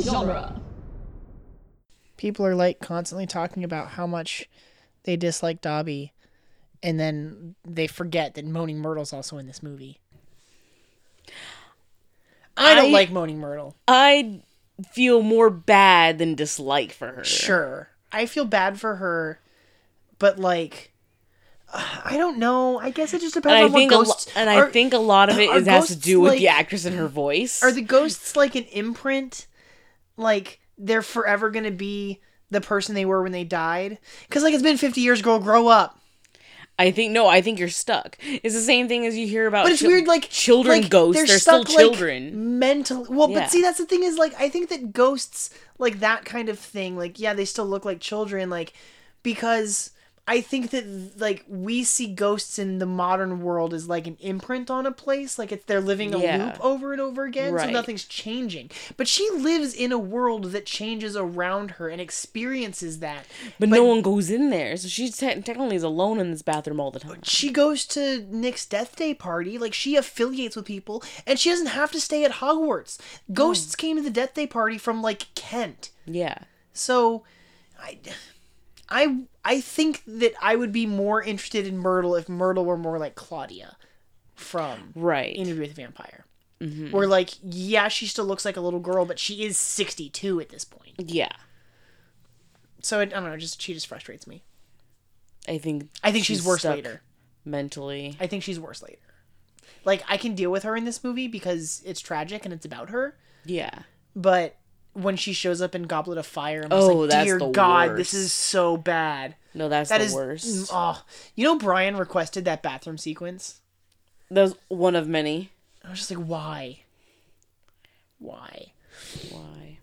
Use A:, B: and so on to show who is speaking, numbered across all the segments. A: genre.
B: People are like constantly talking about how much they dislike Dobby, and then they forget that Moaning Myrtle's also in this movie. I don't
C: I-
B: like Moaning Myrtle.
C: I feel more bad than dislike for her.
B: Sure. I feel bad for her, but like, I don't know. I guess it just depends
C: And I
B: on
C: think a
B: what
C: lo-
B: ghosts.
C: and I
B: are-
C: think a lot of it
B: are
C: is has to
B: ghosts,
C: do with the
B: like-
C: actress and her voice.
B: are the ghosts like an imprint like they're forever gonna be the person they were when they died because like it's been 50 years girl grow up
C: I think no, I think you're stuck. It's the same thing as you hear about
B: but it's
C: chil-
B: weird like
C: children
B: like,
C: ghosts, they're, still
B: stuck, like,
C: children.
B: mentally well
C: Yeah.
B: but see that's the thing is like i think that ghosts like that kind of thing like yeah they still look like children like because i think that like we see ghosts in the modern world as like an imprint on a place like it's they're living a
C: Yeah.
B: loop over and over again
C: Right.
B: so nothing's changing but she lives in a world that changes around her and experiences that
C: But, no one goes in there, so she te- technically is alone in this bathroom all the time.
B: she goes to Nick's death day party. Like she affiliates with people, and she doesn't have to stay at Hogwarts.
C: Hmm.
B: Ghosts came to the death day party from like Kent,
C: Yeah,
B: so I, I, I think that I would be more interested in Myrtle if Myrtle were more like Claudia from
C: right. Mm-hmm.
B: Interview with the Vampire, where like yeah, she still looks like a little girl, but she is sixty two at this point.
C: yeah,
B: So it, I don't know. Just she just frustrates me.
C: I think
B: I think she's worse
C: stuck
B: later.
C: mentally.
B: I think she's worse later. Like I can deal with her in this movie because it's tragic and it's about her,
C: Yeah,
B: but when she shows up in Goblet of Fire, I'm just
C: Oh,
B: like,
C: that's
B: dear
C: the
B: God,
C: worst.
B: this is so bad.
C: no, that's
B: That
C: the
B: is
C: worst.
B: Oh, you know, Brian requested that bathroom sequence.
C: That was one of many.
B: I was just like, why, why?
C: Why?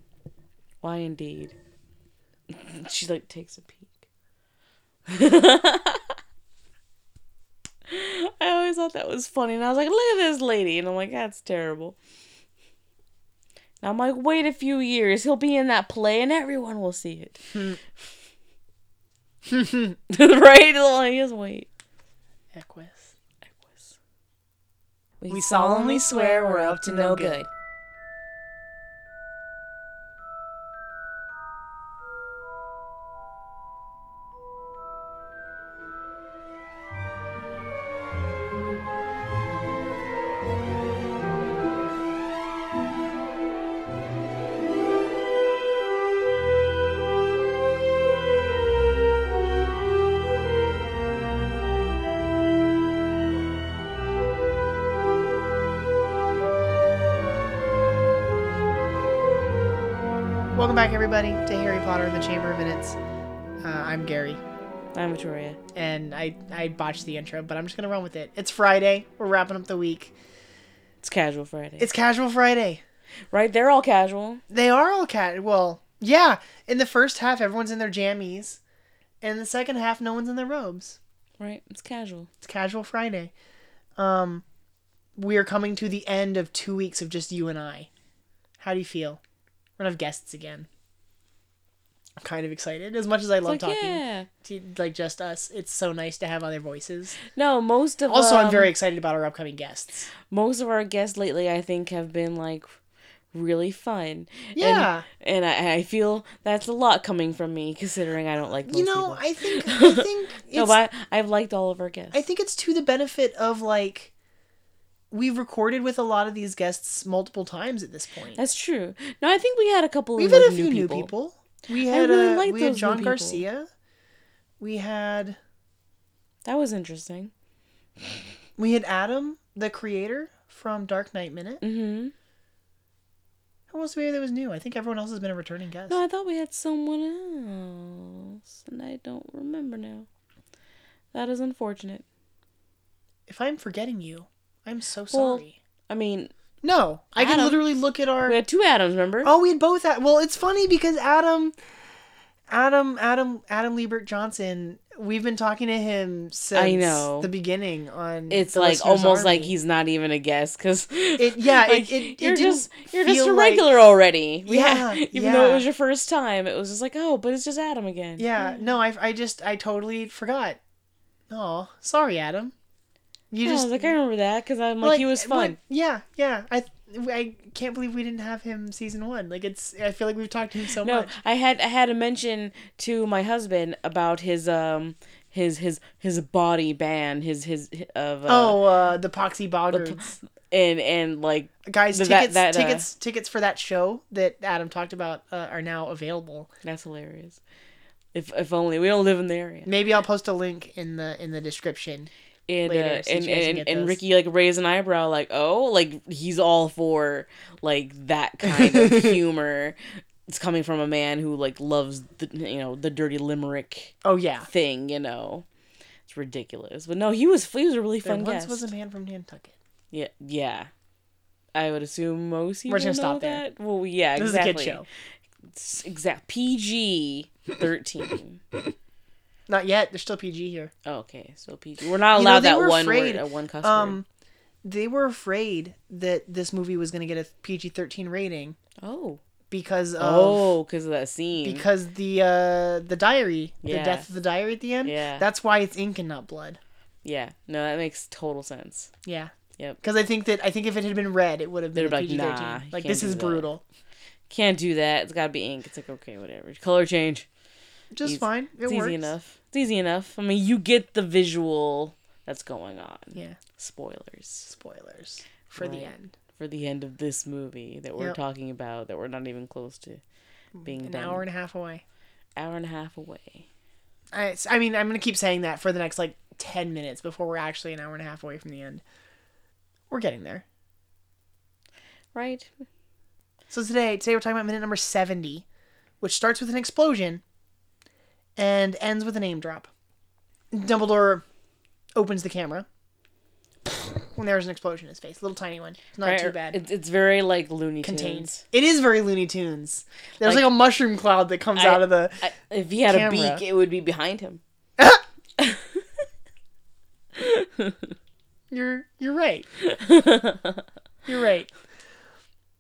C: Why indeed? she like takes a peek. I always thought that was funny, and I was like, "Look at this lady," and I'm like, "That's terrible." And I'm like, "Wait a few years, he'll be in that play, and everyone will see it." right? Like, just wait.
B: Equus.
C: We,
B: solemnly swear we're up to no good. Welcome back, everybody, to Harry Potter and the Chamber of Minutes. Uh, I'm Gary,
C: I'm Victoria.
B: and I I botched the intro, but I'm just gonna run with it. It's Friday. We're wrapping up the week.
C: It's casual Friday.
B: It's Casual Friday.
C: right. They're all casual.
B: They are all cat. Well, yeah. In the first half, everyone's in their jammies, and in the second half, no one's in their robes.
C: Right. It's casual.
B: It's casual Friday. Um, we are coming to the end of two weeks of just you and I. How do you feel? We're gonna have guests again. I'm kind of excited. As much as I love
C: It's like,
B: talking
C: yeah.
B: to like just us, it's so nice to have other voices.
C: No, most of
B: Also, I'm
C: um,
B: very excited about our upcoming guests.
C: most of our guests lately i think have been like really fun
B: Yeah.
C: and, and I, I feel that's a lot coming from me considering i don't like most
B: You know,
C: people.
B: I think I think it's
C: no but I, i've liked all of our guests
B: I think it's to the benefit of like we've recorded with a lot of these guests multiple times at this point.
C: that's true no i think we had a couple
B: We've
C: of
B: had a
C: new
B: few new
C: people.
B: people. We had
C: really
B: uh,
C: like
B: we had
C: those new
B: John
C: people.
B: Garcia. We had
C: that was interesting
B: we had Adam, the creator from Dark Knight Minute.
C: mm-hmm
B: Who else we had that was new? I think everyone else has been a returning guest.
C: no i thought we had someone else and i don't remember now that is unfortunate
B: if I'm forgetting you, I'm so sorry.
C: i mean
B: no, I can
C: Adam-
B: literally look at our
C: we had two adams remember
B: Oh, we had both. Ad- well, it's funny because Adam, Adam, Adam, Adam Liebert Johnson. We've been talking to him since
C: I know.
B: the beginning. On
C: it's
B: the
C: like
B: Listener's
C: almost
B: Army.
C: like he's not even a guest because
B: It- yeah, it- it- it
C: you're
B: didn't
C: just you're just a
B: feel like-
C: regular already. We had-
B: Yeah,
C: even though it
B: yeah.
C: was your first time, it was just like oh, but it's just Adam again.
B: Yeah, no, I, I just, I totally forgot. Oh, sorry, Adam. You
C: Yeah, I
B: just
C: was like, I remember that because I'm like, he was
B: what-
C: fun.
B: yeah, yeah. I I can't believe we didn't have him season one. Like it's. I feel like we've talked to him so
C: No,
B: much.
C: I had I had a mention to my husband about his um his his his body ban his his of uh,
B: Oh, uh, the Poxy Boggards.
C: and and like
B: Guys,
C: the- that-
B: tickets,
C: that, uh,
B: tickets, tickets for that show that Adam talked about uh, are now available.
C: that's hilarious. If if only we don't live in the area.
B: Maybe I'll post a link in the in the description.
C: And uh,
B: later, so you
C: and
B: guys can
C: and,
B: get
C: and
B: those.
C: Ricky like raised an eyebrow like oh like he's all for like that kind of humor. It's coming from a man who like loves the you know the dirty limerick
B: Oh yeah,
C: thing you know. It's ridiculous, but no, he was he was a really
B: there
C: fun
B: once
C: guest.
B: was a man from Nantucket.
C: Yeah, yeah. I would assume most people
B: We're just gonna
C: know
B: stop there.
C: that. Well, yeah,
B: This
C: exactly.
B: is a kid show.
C: It's exact PG thirteen. Oh,
B: Not yet. They're still PG here.
C: okay, so PG. We're not
B: You know,
C: allowed
B: they
C: that
B: were
C: one
B: afraid,
C: word, uh, one cuss word.
B: Um, they were afraid that this movie was going to get a PG thirteen rating
C: Oh,
B: because of
C: oh, because of that scene.
B: because the uh the diary the
C: Yeah.
B: death of the diary at the end
C: Yeah.
B: that's why it's ink and not blood
C: yeah, no, that makes total sense.
B: yeah
C: Yep.
B: because i think that i think if it had been red it would have been
C: They'd
B: a
C: be like,
B: PG-13 like,
C: "Nah, you
B: this
C: can't
B: is
C: do that."
B: brutal
C: Can't do that. It's got to be ink. It's like okay, whatever. Color change.
B: just
C: Easy.
B: fine it
C: It's
B: works
C: easy enough. It's easy enough. I mean, you get the visual that's going on.
B: yeah
C: Spoilers
B: spoilers for the
C: Right.
B: end
C: for the end of this movie that we're
B: Yep.
C: talking about that we're not even close to being
B: an
C: done.
B: hour and a half away
C: hour and a half away.
B: I, it's- I mean i'm gonna keep saying that for the next like 10 minutes before we're actually an hour and a half away from the end we're getting there
C: Right?
B: So today, today we're talking about minute number seventy, which starts with an explosion and ends with a name drop. Dumbledore opens the camera when there's an explosion in his face. Little tiny one. It's not
C: right.
B: too bad.
C: It's, it's very like Looney
B: Contains.
C: Tunes.
B: It is very Looney Tunes. There's like,
C: Like-
B: a mushroom cloud that comes
C: I-
B: out of the.
C: I, if he had a
B: Camera.
C: beak, it would be behind him.
B: You're you're right. you're right.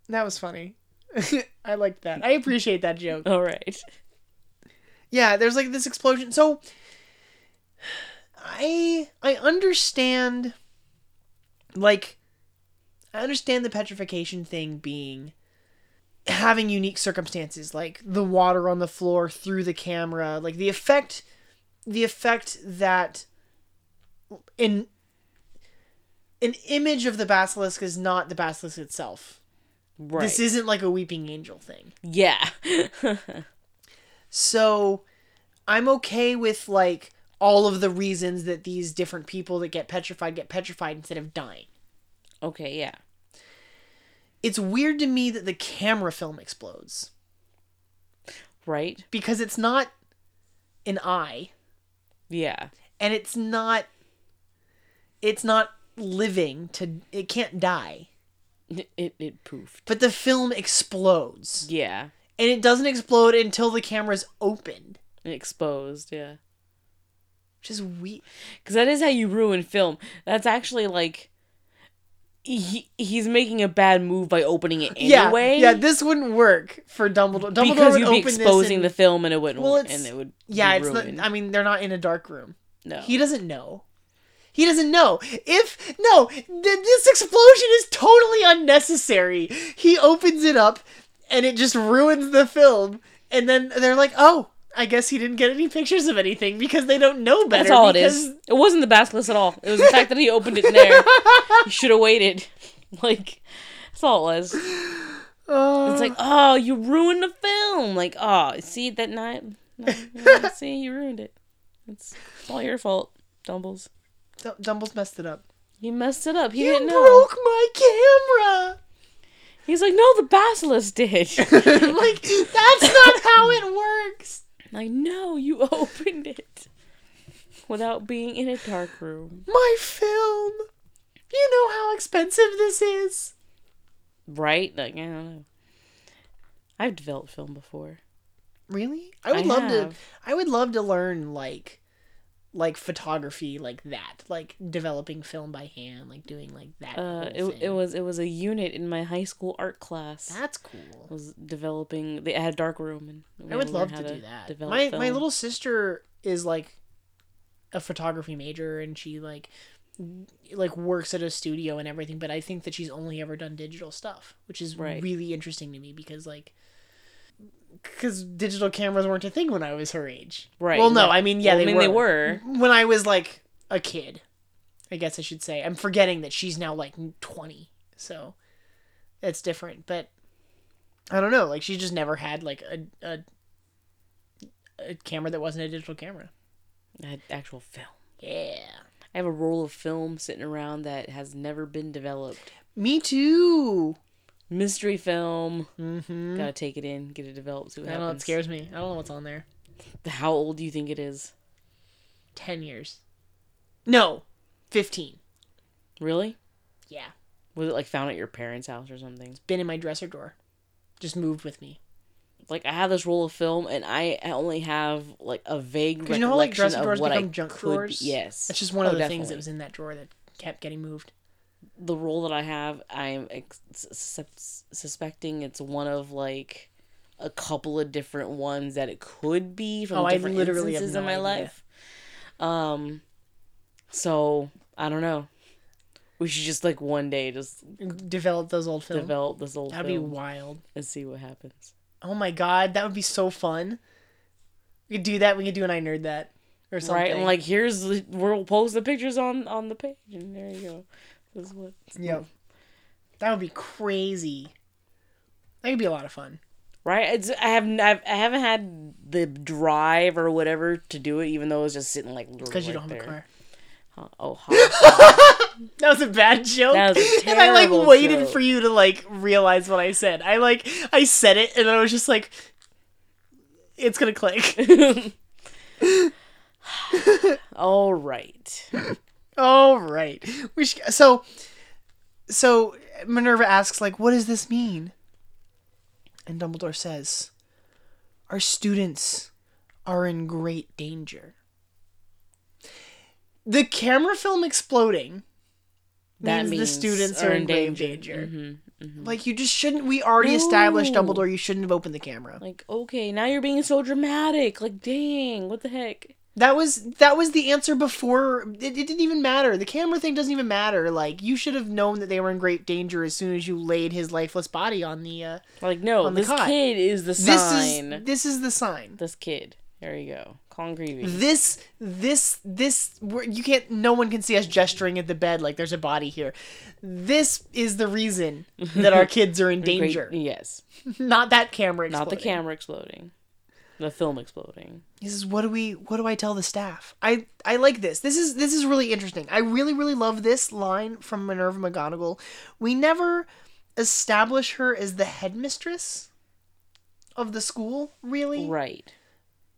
B: That was funny. I liked that. I appreciate that joke.
C: All right.
B: yeah there's like this explosion so i i understand like i understand the petrification thing being having unique circumstances like the water on the floor through the camera like the effect the effect that in an image of the basilisk is not the basilisk itself
C: Right.
B: this isn't like a weeping angel thing
C: yeah.
B: so I'm okay with like all of the reasons that these different people that get petrified get petrified instead of dying.
C: okay, yeah.
B: It's weird to me that the camera film explodes
C: Right?
B: because it's not an eye
C: Yeah.
B: and it's not it's not living to it can't die.
C: It, it, it poofed.
B: But the film explodes.
C: Yeah.
B: And it doesn't explode until the camera's opened.
C: It exposed, yeah.
B: Which is weird.
C: Because that is how you ruin film. That's actually like. He, he's making a bad move by opening it anyway.
B: Yeah, yeah, this wouldn't work for Dumbledore. Dumbledore
C: because
B: would
C: you'd be
B: open this
C: exposing
B: and-
C: the film and it wouldn't
B: Well,
C: work,
B: it's-
C: and it would
B: Yeah,
C: be
B: it's not.
C: ruined.
B: I mean, they're not in a dark room.
C: no
B: He doesn't know. He doesn't know. If no, th- this explosion is totally unnecessary. He opens it up, and it just ruins the film. And then they're like, "Oh, I guess he didn't get any pictures of anything because they don't know better."
C: that's all
B: because-
C: it is it wasn't the basilisk at all it was the fact that he opened it in there he should have waited like that's all it was it's
B: Oh,
C: like oh you ruined the film like oh see that night no, no, see you ruined it it's, it's all your fault dumbles
B: Dum- Dumble's messed it up.
C: he messed it up he
B: You
C: didn't know
B: broke my camera.
C: he's like no the basilisk did
B: I'm like that's not how it works.
C: like no you opened it without being in a dark room
B: My film. You know how expensive this is.
C: right? Like I don't know. I've developed film before.
B: Really? I would
C: I
B: love
C: have.
B: to I would love to learn like like photography like that, like developing film by hand, like doing like that.
C: Uh,
B: whole
C: it, it
B: thing.
C: was it was a unit in my high school art class.
B: That's cool.
C: was developing. They had a dark room, and we
B: I would
C: learned
B: love
C: how
B: to do that.
C: develop
B: My my
C: film.
B: little sister is like a photography major and she like like works at a studio and everything, but I think that she's only ever done digital stuff, which is
C: Right.
B: really interesting to me because like because digital cameras weren't a thing when I was her age.
C: Right,
B: Well, no,
C: right.
B: I mean, yeah,
C: Well,
B: they,
C: I mean,
B: were.
C: they were.
B: when I was like a kid. I guess I should say. I'm forgetting that she's now like 20, so that's different. But I don't know. Like she just never had like a a, a camera that wasn't a digital camera. Mm-hmm.
C: I had actual film.
B: Yeah.
C: I have a roll of film sitting around that has never been developed.
B: Me too.
C: Mystery film.
B: Mm-hmm.
C: Gotta take it in, get it developed. See what
B: I don't know. It
C: happens.
B: scares me. I don't know what's on there.
C: How old do you think it is?
B: Ten years. No, fifteen.
C: Really?
B: Yeah.
C: Was it like found at your parents' house or something?
B: Been in my dresser drawer. Just moved with me.
C: Like I have this roll of film, and I only have like a vague
B: 'Cause
C: recollection
B: you know how, like, dresser
C: of
B: drawers
C: what I
B: become junk
C: could.
B: drawers?
C: Yes,
B: That's just one
C: Oh,
B: of the things
C: definitely.
B: that was in that drawer that kept getting moved.
C: the role that I have, I'm ex- sus- suspecting it's one of like a couple of different ones that it could be from
B: Oh, I
C: different
B: literally have
C: instances in
B: no
C: my
B: idea.
C: life. Um, so I don't know. We should just like one day just
B: Developed those old films.
C: develop this old
B: That'd
C: film
B: be wild.
C: and see what happens.
B: Oh my god, that would be so fun. We could do that. We could do an I nerd that or something.
C: Right, and like here's the- we'll post the pictures on on the page, and there you go. This is what.
B: yeah, that would be crazy. That could be a lot of fun.
C: Right, it's I have I've, I haven't had the drive or whatever to do it, even though it's just sitting like literally
B: Because you
C: right
B: don't have
C: there.
B: a car.
C: Huh, Oh, hot.
B: That was a bad joke.
C: That was a
B: and I like
C: terrible
B: waited
C: joke.
B: for you to like realize what I said. I like I said it and I was just like, it's gonna click.
C: all right.
B: All right. We should, so so Minerva asks like, "What does this mean?" And Dumbledore says, "Our students are in great danger." The camera film exploding
C: That
B: means,
C: means
B: the students are in grave danger. Mm-hmm, Like you just shouldn't. We already established
C: No.
B: Dumbledore. You shouldn't have opened the camera.
C: Like, okay, now you're being so dramatic. Like, dang, what the heck?
B: That was that was the answer before it, it didn't even matter. The camera thing doesn't even matter. Like you should have known that they were in great danger as soon as you laid his lifeless body on the uh
C: Like, no,
B: On the
C: this
B: cot.
C: kid is the
B: This
C: sign.
B: is this is the sign.
C: This kid. There you go. Colin Creevy.
B: This this this we're, you can't no one can see us gesturing at the bed like there's a body here. This is the reason that our kids are in
C: Great-
B: danger.
C: yes.
B: Not that camera
C: Not the
B: exploding.
C: camera exploding. The film exploding.
B: He says, "What do we? What do I tell the staff? I I like this. This is this is really interesting. I really really love this line from Minerva McGonagall. We never establish her as the headmistress of the school, really,
C: Right.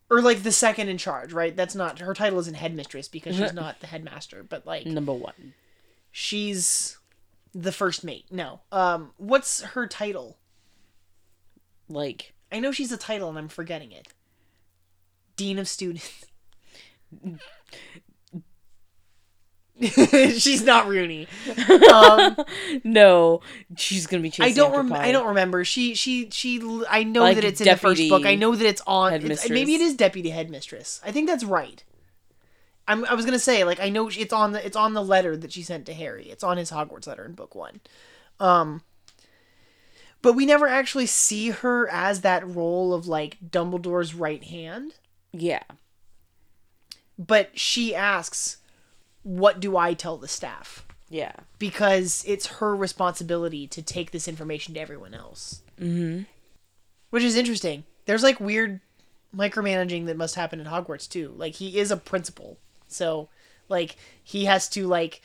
B: or like the second in charge. Right? That's not her title. Isn't headmistress because she's not the headmaster, but like
C: Number one.
B: she's the first mate. No. Um. What's her title?
C: Like,
B: I know she's a title, and I'm forgetting it. Dean of Students. she's not Rooney. Um,
C: no, she's gonna be chasing.
B: I don't.
C: after
B: Rem- I
C: Potter.
B: don't remember. She. She. She. l- I know
C: Like
B: that it's in the first book. I
C: deputy
B: know that it's on. It's,
C: headmistress.
B: maybe it is deputy headmistress. I think that's right. I'm, I was gonna say like I know she- it's on the it's on the letter that she sent to Harry. It's on his Hogwarts letter in book one. Um. But we never actually see her as that role of like Dumbledore's right hand.
C: Yeah.
B: But she asks, "What do I tell the staff?"
C: Yeah.
B: because it's her responsibility to take this information to everyone else. Mm-hmm. Which is interesting. There's like weird micromanaging that must happen in Hogwarts too. Like he is a principal, so like he has to like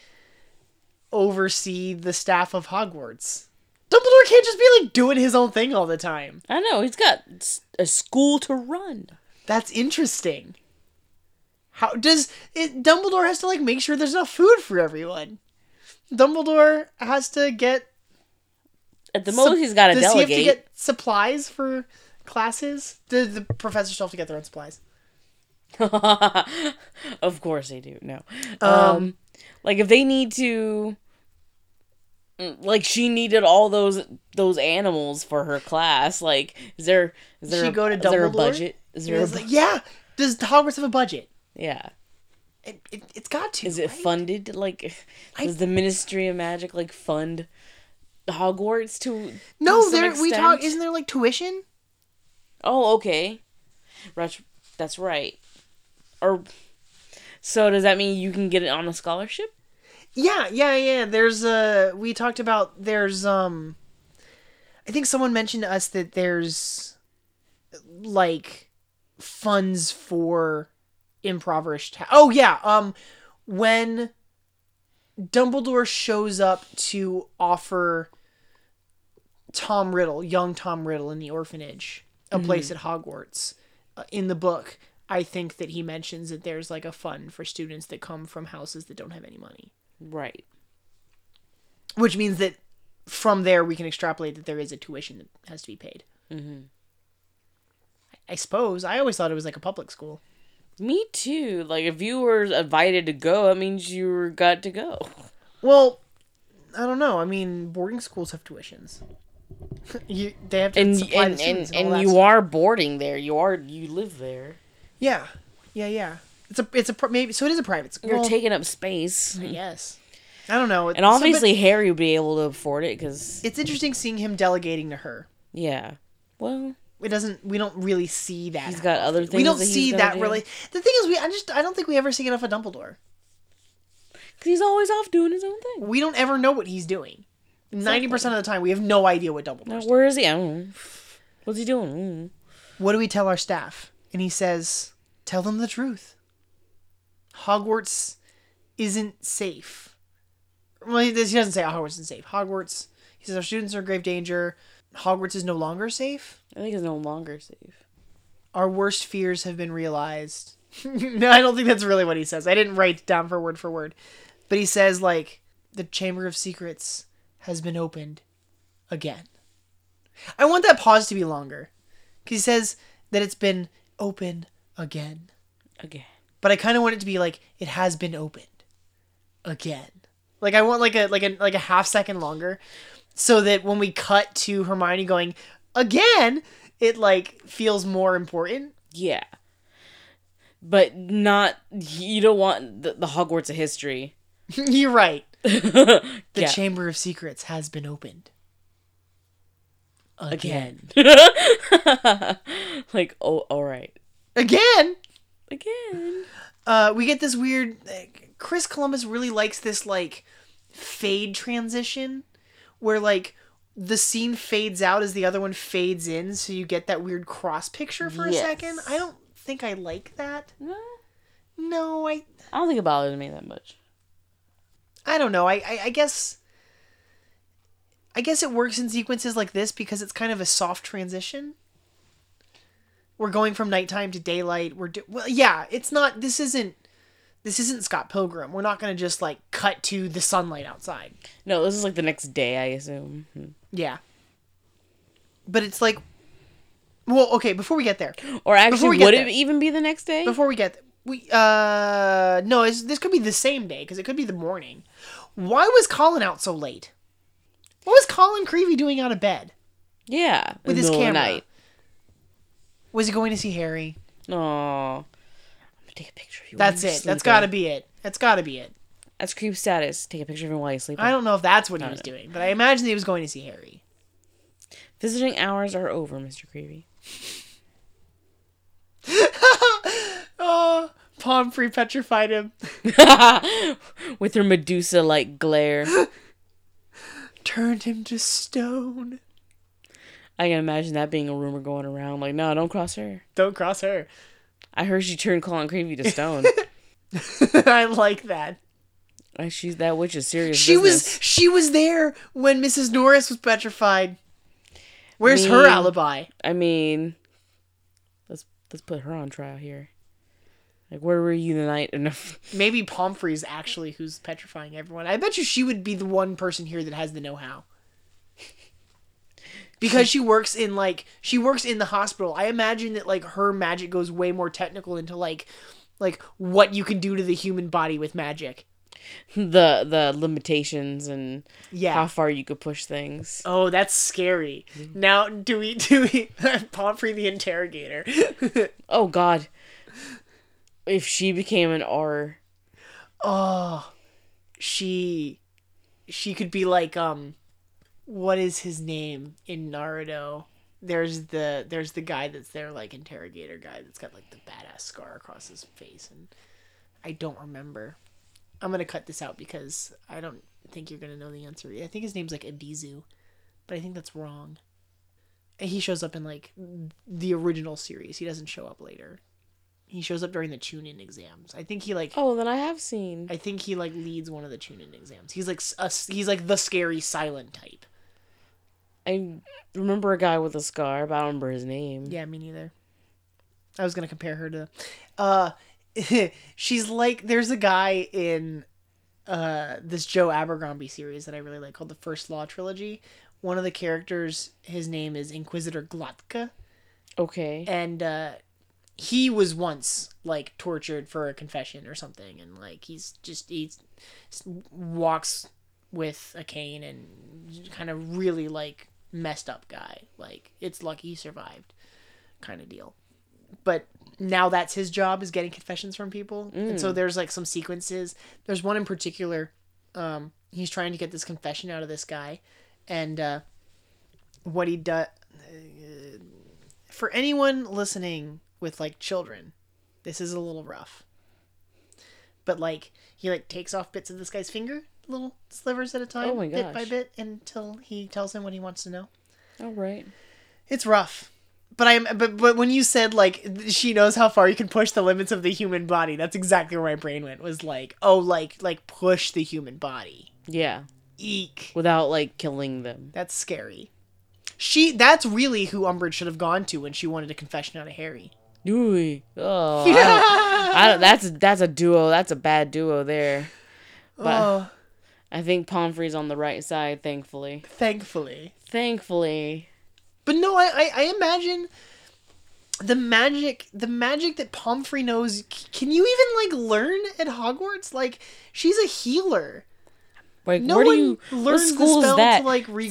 B: oversee the staff of Hogwarts. Dumbledore can't just be like doing his own thing all the time.
C: I know he's got s- a school to run.
B: That's interesting. How does it, Dumbledore has to like make sure there's enough food for everyone? Dumbledore has to get
C: At the most,
B: Sup-
C: he's got to
B: does
C: delegate.
B: he have to get supplies for classes? Do the professors still have to get their own supplies?
C: of course they do. No. Um, like if they need to Mm, like she needed all those those animals for her class. Like is there is there
B: She
C: a,
B: go to
C: is there a
B: Dumbledore?
C: budget? Is
B: And
C: there a
B: it's
C: bu-
B: like, yeah. Does Hogwarts have a budget?
C: Yeah.
B: It, it it's got to.
C: Is
B: right?
C: it funded? Like,
B: I-
C: does the Ministry of Magic like fund Hogwarts to?
B: No,
C: to some
B: there we talk.
C: extent?
B: Isn't there like tuition?
C: Oh, okay. Rush, that's right. Or so does that mean you can get it on a scholarship?
B: Yeah, yeah, yeah. There's uh we talked about there's um I think someone mentioned to us that there's like funds for impoverished ha- Oh yeah, um when Dumbledore shows up to offer Tom Riddle, young Tom Riddle in the orphanage, a place at Hogwarts uh, in the book. I think that he mentions that there's like a fund for students that come from houses that don't have any money
C: Right.
B: which means that from there we can extrapolate that there is a tuition that has to be paid. Mm-hmm. I suppose. I always thought it was like a public school.
C: Me too. Like if you were invited to go, it means you were got to go.
B: Well, I don't know. I mean, boarding schools have tuitions. you they have to
C: And
B: supply the
C: and
B: students
C: and,
B: all
C: and
B: that
C: you
B: stuff.
C: are boarding there. You are you live there.
B: yeah yeah yeah. It's a it's a pri- maybe so it is a private school.
C: You're taking up space.
B: yes. I don't know. It-
C: And
B: so, but
C: obviously Harry would be able to afford it cuz
B: it's interesting seeing him delegating to her.
C: yeah. Well,
B: It doesn't. We don't really see that.
C: he's got other things.
B: we don't
C: that he's
B: see
C: gonna
B: that
C: do.
B: really. The thing is, we I just I don't think we ever see enough of Dumbledore.
C: 'Cause he's always off doing his own thing.
B: we don't ever know what he's doing. Ninety percent of the time, we have no idea what
C: Now,
B: Dumbledore's. doing.
C: where is he? I don't know. What's he doing? Mm. I don't know.
B: What do we tell our staff? And he says, "Tell them the truth. Hogwarts isn't safe." Well, he he doesn't say "Oh, Hogwarts isn't safe. Hogwarts. He says our students are in grave danger. Hogwarts is no longer safe.
C: I think it's no longer safe.
B: Our worst fears have been realized. no, I don't think that's really what he says. I didn't write it down for word for word, but he says like the Chamber of Secrets has been opened again. I want that pause to be longer because he says that it's been open again,
C: Again.
B: but I kind of want it to be like it has been opened again. Like I want like a like a like a half second longer, so that when we cut to Hermione going again, it like feels more important.
C: Yeah. But not you don't want the, the Hogwarts of history.
B: You're right.
C: the
B: The Chamber of Secrets has been opened. Again.
C: like oh all right.
B: Again?
C: Again.
B: Uh, we get this weird. Chris Columbus really likes this, like, fade transition where, like, the scene fades out as the other one fades in, so you get that weird cross picture for
C: Yes.
B: a second. I don't think I like that.
C: No.
B: No, I.
C: I don't think it bothers me that much.
B: I don't know. I, I, I guess. I guess it works in sequences like this because it's kind of a soft transition. We're going from nighttime to daylight. We're do- well, yeah. It's not. This isn't. This isn't Scott Pilgrim. We're not going to just like cut to the sunlight outside.
C: No, this is like the next day, I assume. Hmm.
B: Yeah. But it's like, well, okay. Before we get there, Before
C: Or
B: we
C: actually
B: get
C: would
B: there.
C: it even be the next day?
B: before we get, th- we uh no, it's, this could be the same day because it could be the morning. Why was Colin out so late? What was Colin Creevy doing out of bed?
C: yeah.
B: with his
C: middle
B: camera.
C: of the night.
B: Was he going to see Harry?
C: Aw. I'm gonna take a picture of you.
B: That's
C: while you're
B: it. That's
C: sleeping.
B: got to be it. That's got to be it.
C: That's creep status. Take a picture of him while you sleep.
B: I don't know if that's what he was doing, but I imagine he was going to see Harry.
C: Visiting hours are over, Mr. Creepy.
B: Oh, Pomfrey petrified him.
C: with her Medusa like glare.
B: Turned him to stone.
C: I can imagine that being a rumor going around. Like, no, don't cross her.
B: Don't cross her.
C: I heard she turned Colin Creevy to stone.
B: I like that.
C: like, she's that witch is serious.
B: She
C: business.
B: was she was there when Mrs. Norris was petrified. Where's her
C: Me.
B: alibi?
C: I mean, let's let's put her on trial here. Like, where were you the night? And
B: Maybe Pomfrey's actually who's petrifying everyone. I bet you she would be the one person here that has the know-how. Because she works in like she works in the hospital. I imagine that like her magic goes way more technical into like like what you can do to the human body with magic.
C: the the limitations and
B: Yeah.
C: how far you could push things.
B: Oh, that's scary.
C: Mm-hmm.
B: Now do we do we Pomfrey the interrogator.
C: Oh God, if she became an R,
B: oh she she could be like um what is his name in Naruto? There's the there's the guy that's their like interrogator guy that's got like the badass scar across his face and I don't remember. I'm gonna cut this out because I don't think you're gonna know the answer. I think his name's like Adizu, but I think that's wrong. And He shows up in like the original series. He doesn't show up later. He shows up during the tune-in exams. I think he like
C: Oh, then I have seen.
B: I think he like leads one of the tune-in exams. He's like s- a s he's like the scary silent type.
C: I remember a guy with a scar, but I don't remember his name.
B: Yeah, me neither. I was gonna compare her to, uh, she's like there's a guy in, uh, this Joe Abercrombie series that I really like called the First Law trilogy. One of the characters, his name is Inquisitor Glotka,
C: Okay.
B: and uh, he was once like tortured for a confession or something, and like he's just he s- walks with a cane and kind of really like messed up guy. Like it's lucky he survived, kind of deal. But now that's his job is getting confessions from people, and so there's like some sequences. There's one in particular. Um, he's trying to get this confession out of this guy, and uh, what he does for anyone listening with like children, this is a little rough. But like he like takes off bits of this guy's finger, little slivers at a time,
C: Oh my
B: bit by
C: gosh.
B: bit, until he tells him what he wants to know.
C: All right.
B: It's rough. But I'm but but when you said like th- she knows how far you can push the limits of the human body, that's exactly where my brain went. Was like, oh, like like push the human body.
C: Yeah.
B: Eek.
C: Without like killing them.
B: That's scary. She that's really who Umbridge should have gone to when she wanted a confession out of Harry.
C: Ooh. Oh. I don't- I don't, that's that's a duo. That's a bad duo there. But
B: oh.
C: I think Pomfrey's on the right side, thankfully.
B: thankfully.
C: Thankfully.
B: But no, I, I, I imagine the magic, the magic that Pomfrey knows. c- Can you even like learn at Hogwarts? Like she's a healer.
C: Like,
B: No
C: where do
B: one
C: you what
B: learns the
C: school is
B: spell to,
C: that?
B: like,
C: It's
B: regrow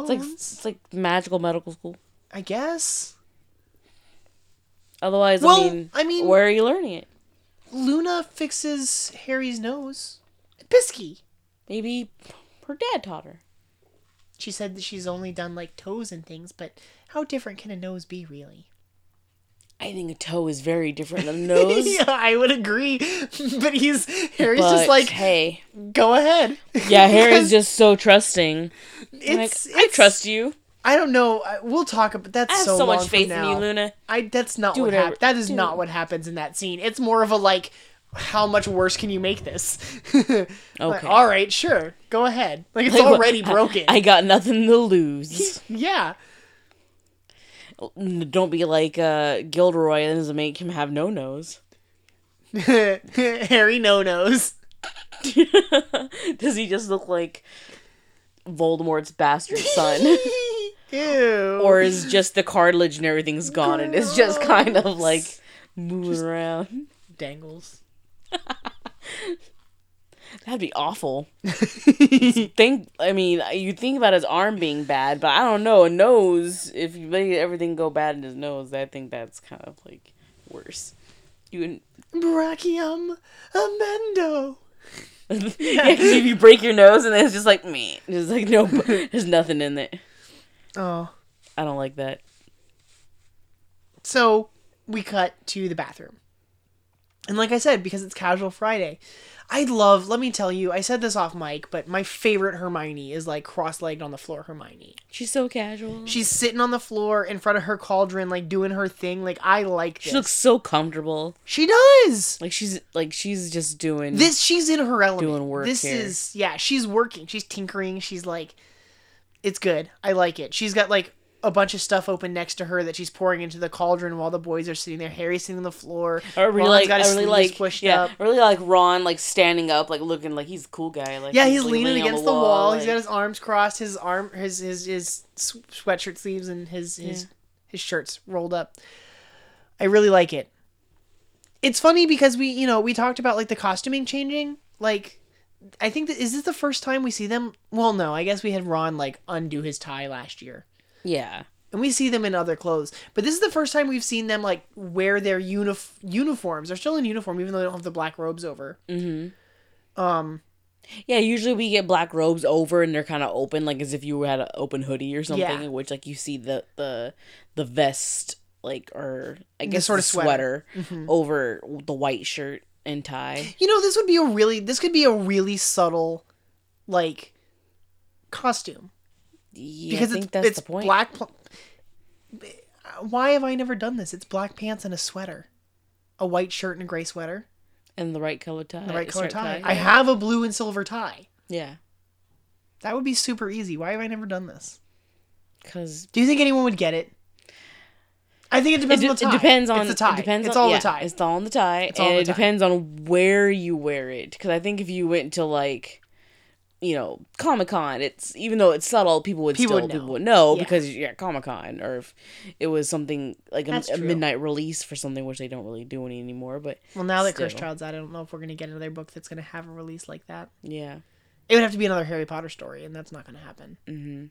C: It's like,
B: bones.
C: it's like magical medical school.
B: I guess
C: Otherwise,
B: Well,
C: I mean,
B: I mean-
C: where are you learning it?
B: Luna fixes Harry's nose. Pisky.
C: Maybe her dad taught her.
B: She said that she's only done like toes and things, but how different can a nose be, really?
C: I think a toe is very different than a nose.
B: yeah, I would agree. but he's Harry's
C: but
B: just like,
C: hey,
B: go ahead.
C: yeah, Harry's just so trusting. Like,
B: it's,
C: I trust you.
B: I don't know. I- We'll talk. But that's
C: I have
B: so,
C: so,
B: long
C: much
B: from
C: faith in
B: now.
C: you, Luna.
B: I that's not what
C: whatever-
B: hap- that is
C: do-
B: not what happens in that scene. It's more of a like how much worse can you make this? okay.
C: Okay.
B: all right, sure. Go ahead. Like it's
C: Like,
B: already
C: I-
B: broken.
C: I, got nothing to lose.
B: yeah.
C: N- Don't be like uh, Gilderoy and doesn't make him have no nose.
B: Harry no knows.
C: Does he just look like Voldemort's bastard son?
B: Ew.
C: or is just the cartilage and everything's gone and it's just kind of like moving around?
B: dangles.
C: That'd be awful. think I mean you think about his arm being bad, but I don't know a nose. If you make everything go bad in his nose, I think that's kind of like worse. You
B: Brachium amendo.
C: yeah, 'cause if you break your nose and then it's just like me, there's like no, there's nothing in it.
B: Oh.
C: I don't like that.
B: So we cut to the bathroom. And like I said, because it's casual Friday, I love, let me tell you, I said this off mic, but my favorite Hermione is like cross legged on the floor Hermione.
C: She's so casual. She,
B: She's sitting on the floor in front of her cauldron, like doing her thing. Like, I like this. She,
C: looks so comfortable.
B: does!
C: Like she's like she's just doing.
B: This, she's in her element.
C: Doing work
B: This
C: here.
B: is, yeah, she's working. She's tinkering. She's like, it's good. I like it. She's got like a bunch of stuff open next to her that she's pouring into the cauldron while the boys are sitting there. Harry's sitting on the floor.
C: I really
B: Ron's
C: like.
B: got his
C: I really
B: sleeves
C: like. yeah, I really like Ron like standing up, like looking like he's a cool guy. Like
B: Yeah, he's
C: like,
B: leaning
C: on
B: against the wall. He's
C: like-
B: got his arms crossed, his arm, his his his s- sweatshirt sleeves, and his his his shirts rolled up. I really like it. It's funny because we, you know, we talked about like the costuming changing. Like, I think that is this the first time we see them. Well, no, I guess we had Ron like undo his tie last year,
C: yeah.
B: and we see them in other clothes. But this is the first time we've seen them like wear their unif- uniforms. They're still in uniform, even though they don't have the black robes over.
C: Mm-hmm.
B: Um,
C: Yeah, usually we get black robes over and they're kind of open, like as if you had an open hoodie or something,
B: Yeah.
C: which like you see the the the vest, like or I
B: The
C: guess
B: sort
C: the
B: of
C: sweater,
B: sweater. Mm-hmm.
C: over the white shirt and tie.
B: you know, this would be a really this could be a really subtle, like, costume
C: Yeah,
B: because
C: I think
B: it's
C: that's
B: it's
C: the point.
B: black. Pl- Why have I never done this? It's black pants and a sweater, a white shirt and a gray sweater,
C: and the right color tie.
B: the right color
C: striped
B: tie.
C: tie.
B: I have a blue and silver tie.
C: yeah,
B: That would be super easy. Why have I never done this?
C: because
B: Do you think anyone would get it? I think it
C: it,
B: depends
C: de-
B: on the
C: it
B: tie.
C: depends on
B: it's the tie.
C: It depends
B: it's
C: on,
B: all
C: yeah,
B: the tie.
C: It's all on the tie,
B: all
C: and
B: the
C: it
B: tie.
C: depends on where you wear it. Because I think if you went to like, you know, Comic Con, it's even though it's subtle, people would
B: People
C: still
B: would
C: people
B: know.
C: would know
B: Yeah.
C: because you're at Comic Con, or if it was something like a,
B: That's
C: a
B: true.
C: midnight release for something which they don't really do any anymore. But
B: Well, now that Cursed
C: Still.
B: Child's out, I don't know if we're going to get another book that's going to have a release like that.
C: yeah,
B: It would have to be another Harry Potter story, and that's not going to happen.
C: hmm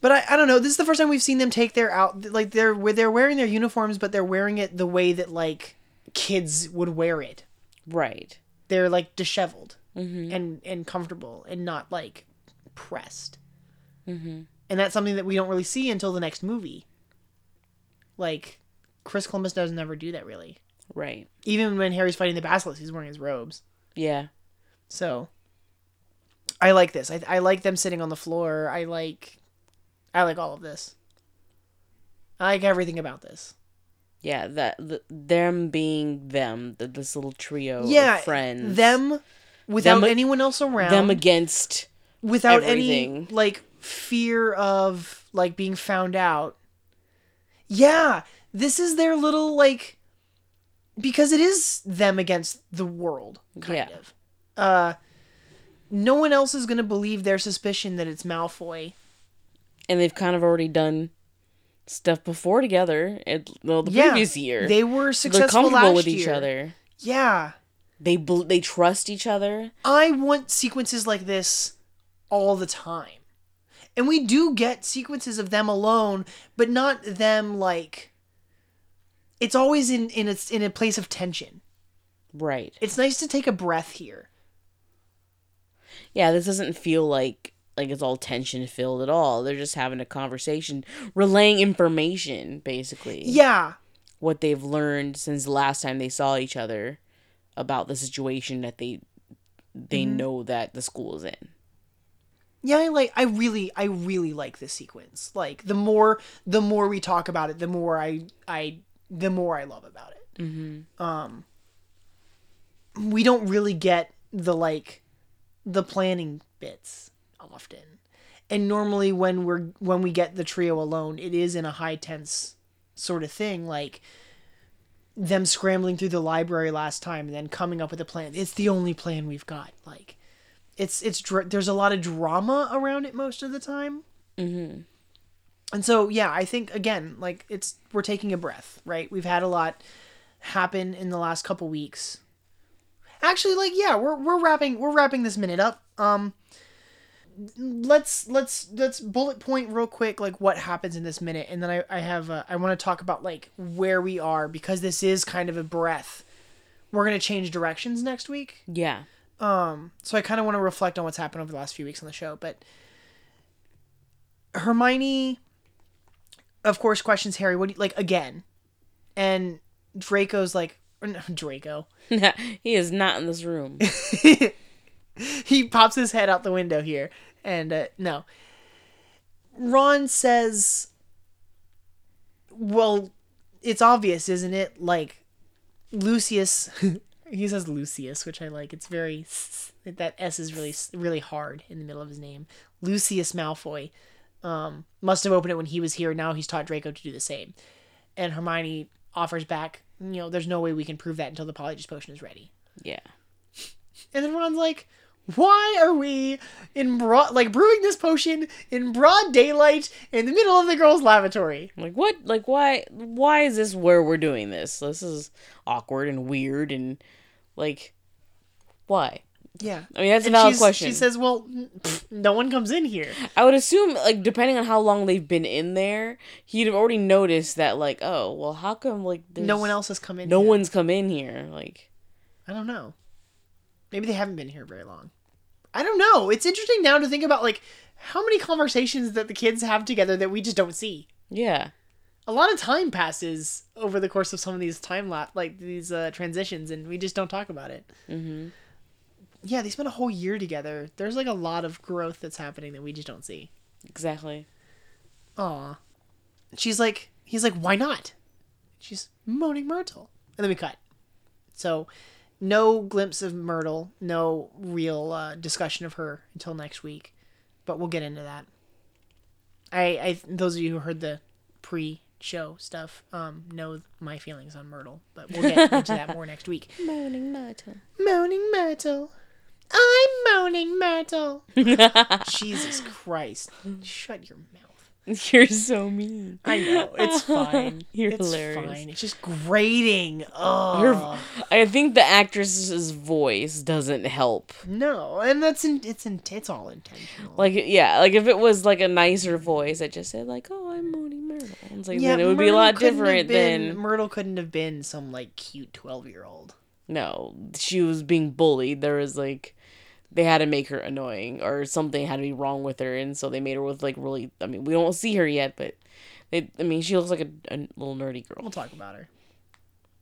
B: But I, I don't know. This is the first time we've seen them take their out like they're where they're wearing their uniforms, but they're wearing it the way that like kids would wear it.
C: right.
B: They're like disheveled
C: Mm-hmm.
B: and and comfortable and not like pressed.
C: Mm-hmm.
B: And that's something that we don't really see until the next movie. Like Chris Columbus does never do that really.
C: Right.
B: even when Harry's fighting the basilisk, he's wearing his robes.
C: Yeah.
B: So I like this. I, I like them sitting on the floor. I like I like all of this. I like everything about this.
C: Yeah, that the, them being them, th this little trio
B: yeah,
C: of Oh, friends,
B: them without
C: Them-
B: anyone else around.
C: them against
B: without
C: everything.
B: any like fear of like being found out. Yeah, this is their little like because it is them against the world kind
C: Yeah.
B: of. Uh no one else is going to believe their suspicion that it's Malfoy.
C: and they've kind of already done stuff before together. It, well, the
B: Yeah,
C: previous year,
B: They were
C: they're
B: successful
C: comfortable
B: last
C: with
B: year.
C: each other.
B: Yeah.
C: They bel they trust each other.
B: I want sequences like this all the time. And we do get sequences of them alone, but not them like it's always in in a, in a place of tension.
C: Right.
B: It's nice to take a breath here.
C: Yeah, this doesn't feel like like it's all tension filled at all. They're just having a conversation, relaying information basically.
B: Yeah.
C: What they've learned since the last time they saw each other about the situation that they they
B: Mm-hmm.
C: know that the school is in.
B: Yeah, I like I really I really like this sequence. Like the more the more we talk about it, the more I I the more I love about it. Mm-hmm. Um we don't really get the like the planning bits often. And normally when we're when we get the trio alone, it is in a high tense sort of thing like them scrambling through the library last time and then coming up with a plan. It's the only plan we've got. Like it's it's dr- there's a lot of drama around it most of the time and so yeah i think again like it's we're taking a breath right we've had a lot happen in the last couple weeks actually like yeah we're we're wrapping we're wrapping this minute up um let's let's let's bullet point real quick like what happens in this minute and then i i have uh, i want to talk about like where we are because this is kind of a breath we're going to change directions next week
C: Yeah.
B: so I kind of want to reflect on what's happened over the last few weeks on the show, but Hermione, of course, questions Harry, what do you like again? And Draco's like, or no, Draco,
C: he is not in this room.
B: he pops his head out the window here, and uh, no. Ron says, "Well, it's obvious, isn't it? Like Lucius." he says Lucius, which I like. It's very s- that S is really s- really hard in the middle of his name. Lucius Malfoy um, must have opened it when he was here. Now he's taught Draco to do the same. And Hermione offers back, you know, there's no way we can prove that until the Polyjuice potion is ready.
C: yeah.
B: And then Ron's like, why are we in broad, like brewing this potion in broad daylight in the middle of the girls' lavatory?
C: Like what? Like why? Why is this where we're doing this? This is awkward and weird and like why?
B: Yeah.
C: I mean, that's a
B: And
C: valid
B: she's-
C: question.
B: She says, well, n- pff, no one comes in here.
C: I would assume like depending on how long they've been in there, he'd have already noticed that like oh well how come like there's
B: No one else has come in.
C: no
B: yet.
C: one's come in here like
B: I don't know. Maybe they haven't been here very long. I don't know. It's interesting now to think about like how many conversations that the kids have together that we just don't see.
C: Yeah.
B: A lot of time passes over the course of some of these time lap like these uh, transitions, and we just don't talk about it.
C: Mhm.
B: Yeah, they spent a whole year together. There's like a lot of growth that's happening that we just don't see.
C: Exactly.
B: Aw. She's like, he's like, why not? She's moaning Myrtle. And then we cut. So, no glimpse of Myrtle, no real uh, discussion of her until next week. But we'll get into that. I, I those of you who heard the pre show stuff um, know my feelings on Myrtle, but we'll get into that more next week.
C: Moaning Myrtle.
B: Moaning Myrtle. I'm moaning Myrtle. Jesus Christ. Shut your mouth.
C: You're so mean.
B: I know it's fine.
C: You're
B: it's
C: hilarious.
B: fine. It's just grating. Oh
C: Her, I think the actress's voice doesn't help.
B: no, and that's in, it's in, it's all intentional.
C: Like, yeah, like if it was like a nicer voice that just said like, "Oh, I'm Moaning Myrtle," it's like then it would be a
B: Myrtle
C: lot
B: couldn't have
C: different
B: been-
C: than
B: Myrtle couldn't have been some like cute twelve year old.
C: no. She was being bullied. There was like, they had to make her annoying or something had to be wrong with her, and so they made her with like really. I mean, we don't see her yet, but they. I mean, she looks like a, a little nerdy girl.
B: We'll talk about her.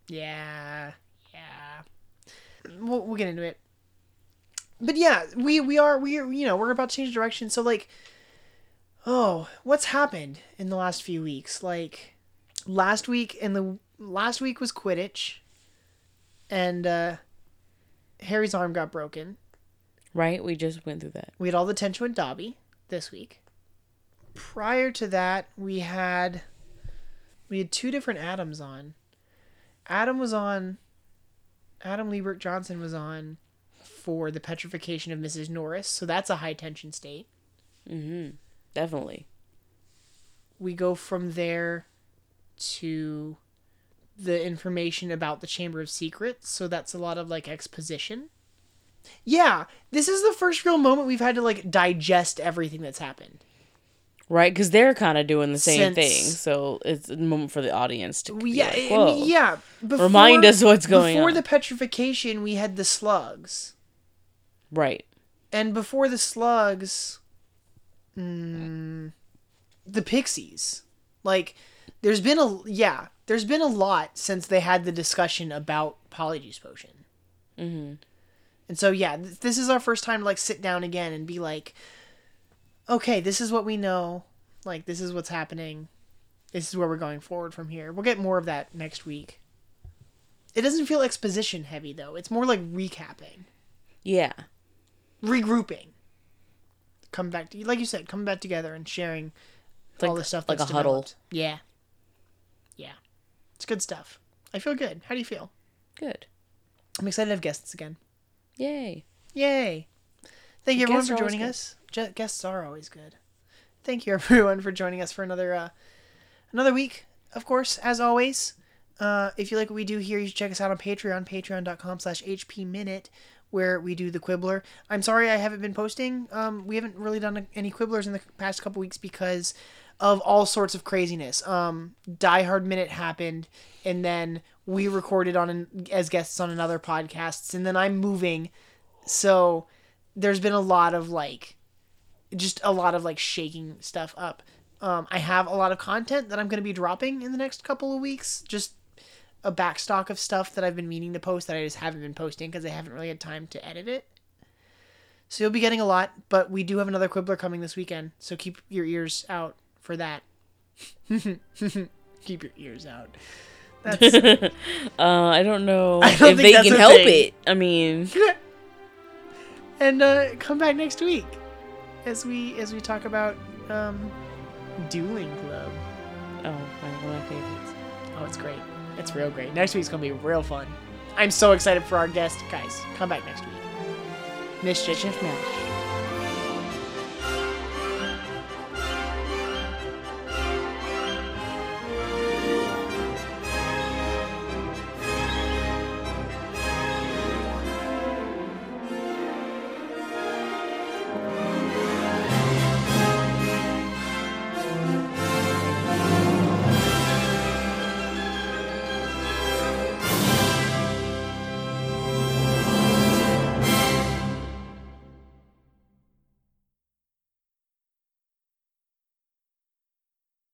B: Yeah, yeah. We'll, we'll get into it. But yeah, we we are we are, you know we're about to change direction. So like, oh, what's happened in the last few weeks? Like, last week and the last week was Quidditch, and uh, Harry's arm got broken.
C: Right? We just went through that.
B: We had all the tension with Dobby this week. Prior to that, we had we had two different Adams on. Adam was on Adam Liebert Johnson was on for the petrification of Mrs. Norris, so that's a high tension state.
C: Definitely.
B: We go from there to the information about the Chamber of Secrets, so that's a lot of like exposition. Yeah, this is the first real moment we've had to like digest everything that's happened.
C: Right, because they're kind of doing the
B: Since-
C: same thing, so it's a moment for the audience to be
B: Yeah,
C: like,
B: I mean,
C: "Whoa."
B: yeah. Before,
C: Remind us what's going
B: before
C: on.
B: the petrification. We had the slugs,
C: right?
B: and before the slugs, mm, the pixies. Like, there's been a yeah, there's been a lot since they had the discussion about Polyjuice Potion. Mm-hmm. And so yeah, th- this is our first time to like sit down again and be like, okay, this is what we know. Like, this is what's happening. This is where we're going forward from here. We'll get more of that next week. It doesn't feel exposition heavy though. It's more like recapping
C: Yeah,
B: regrouping. Come back to like you said, coming back together and sharing all
C: like-
B: the stuff
C: like
B: that's
C: a huddle.
B: developed. Yeah, yeah, it's good stuff. I feel good. How do you feel?
C: good.
B: I'm excited to have guests again.
C: Yay!
B: Yay! Thank you everyone
C: Guests
B: for
C: are always
B: joining
C: good.
B: us. Je- guests are always good. Thank you everyone for joining us for another uh, another week. Of course, as always, uh, if you like what we do here, you should check us out on Patreon, patreon.com slash hpminute, where we do the Quibbler. I'm sorry I haven't been posting. Um, we haven't really done any Quibblers in the past couple weeks because of all sorts of craziness. Um, Die Hard Minute happened, and then we recorded on an, as guests on another podcasts, and then I'm moving. So there's been a lot of like just a lot of like shaking stuff up. Um, I have a lot of content that I'm going to be dropping in the next couple of weeks. Just a backstock of stuff that I've been meaning to post that I just haven't been posting because I haven't really had time to edit it. So you'll be getting a lot, but we do have another Quibbler coming this weekend. So keep your ears out for that. keep your ears out. That's
C: Uh, I don't know
B: don't
C: if
B: think
C: they
B: that's
C: can
B: a
C: help
B: thing.
C: it. I mean,
B: and uh, come back next week as we as we talk about um, dueling club.
C: oh, my, one of my favorites.
B: Oh, it's great. It's real great. Next week's gonna be real fun. I'm so excited for our guest, guys. Come back next week. Mischief.
C: Chef Nash.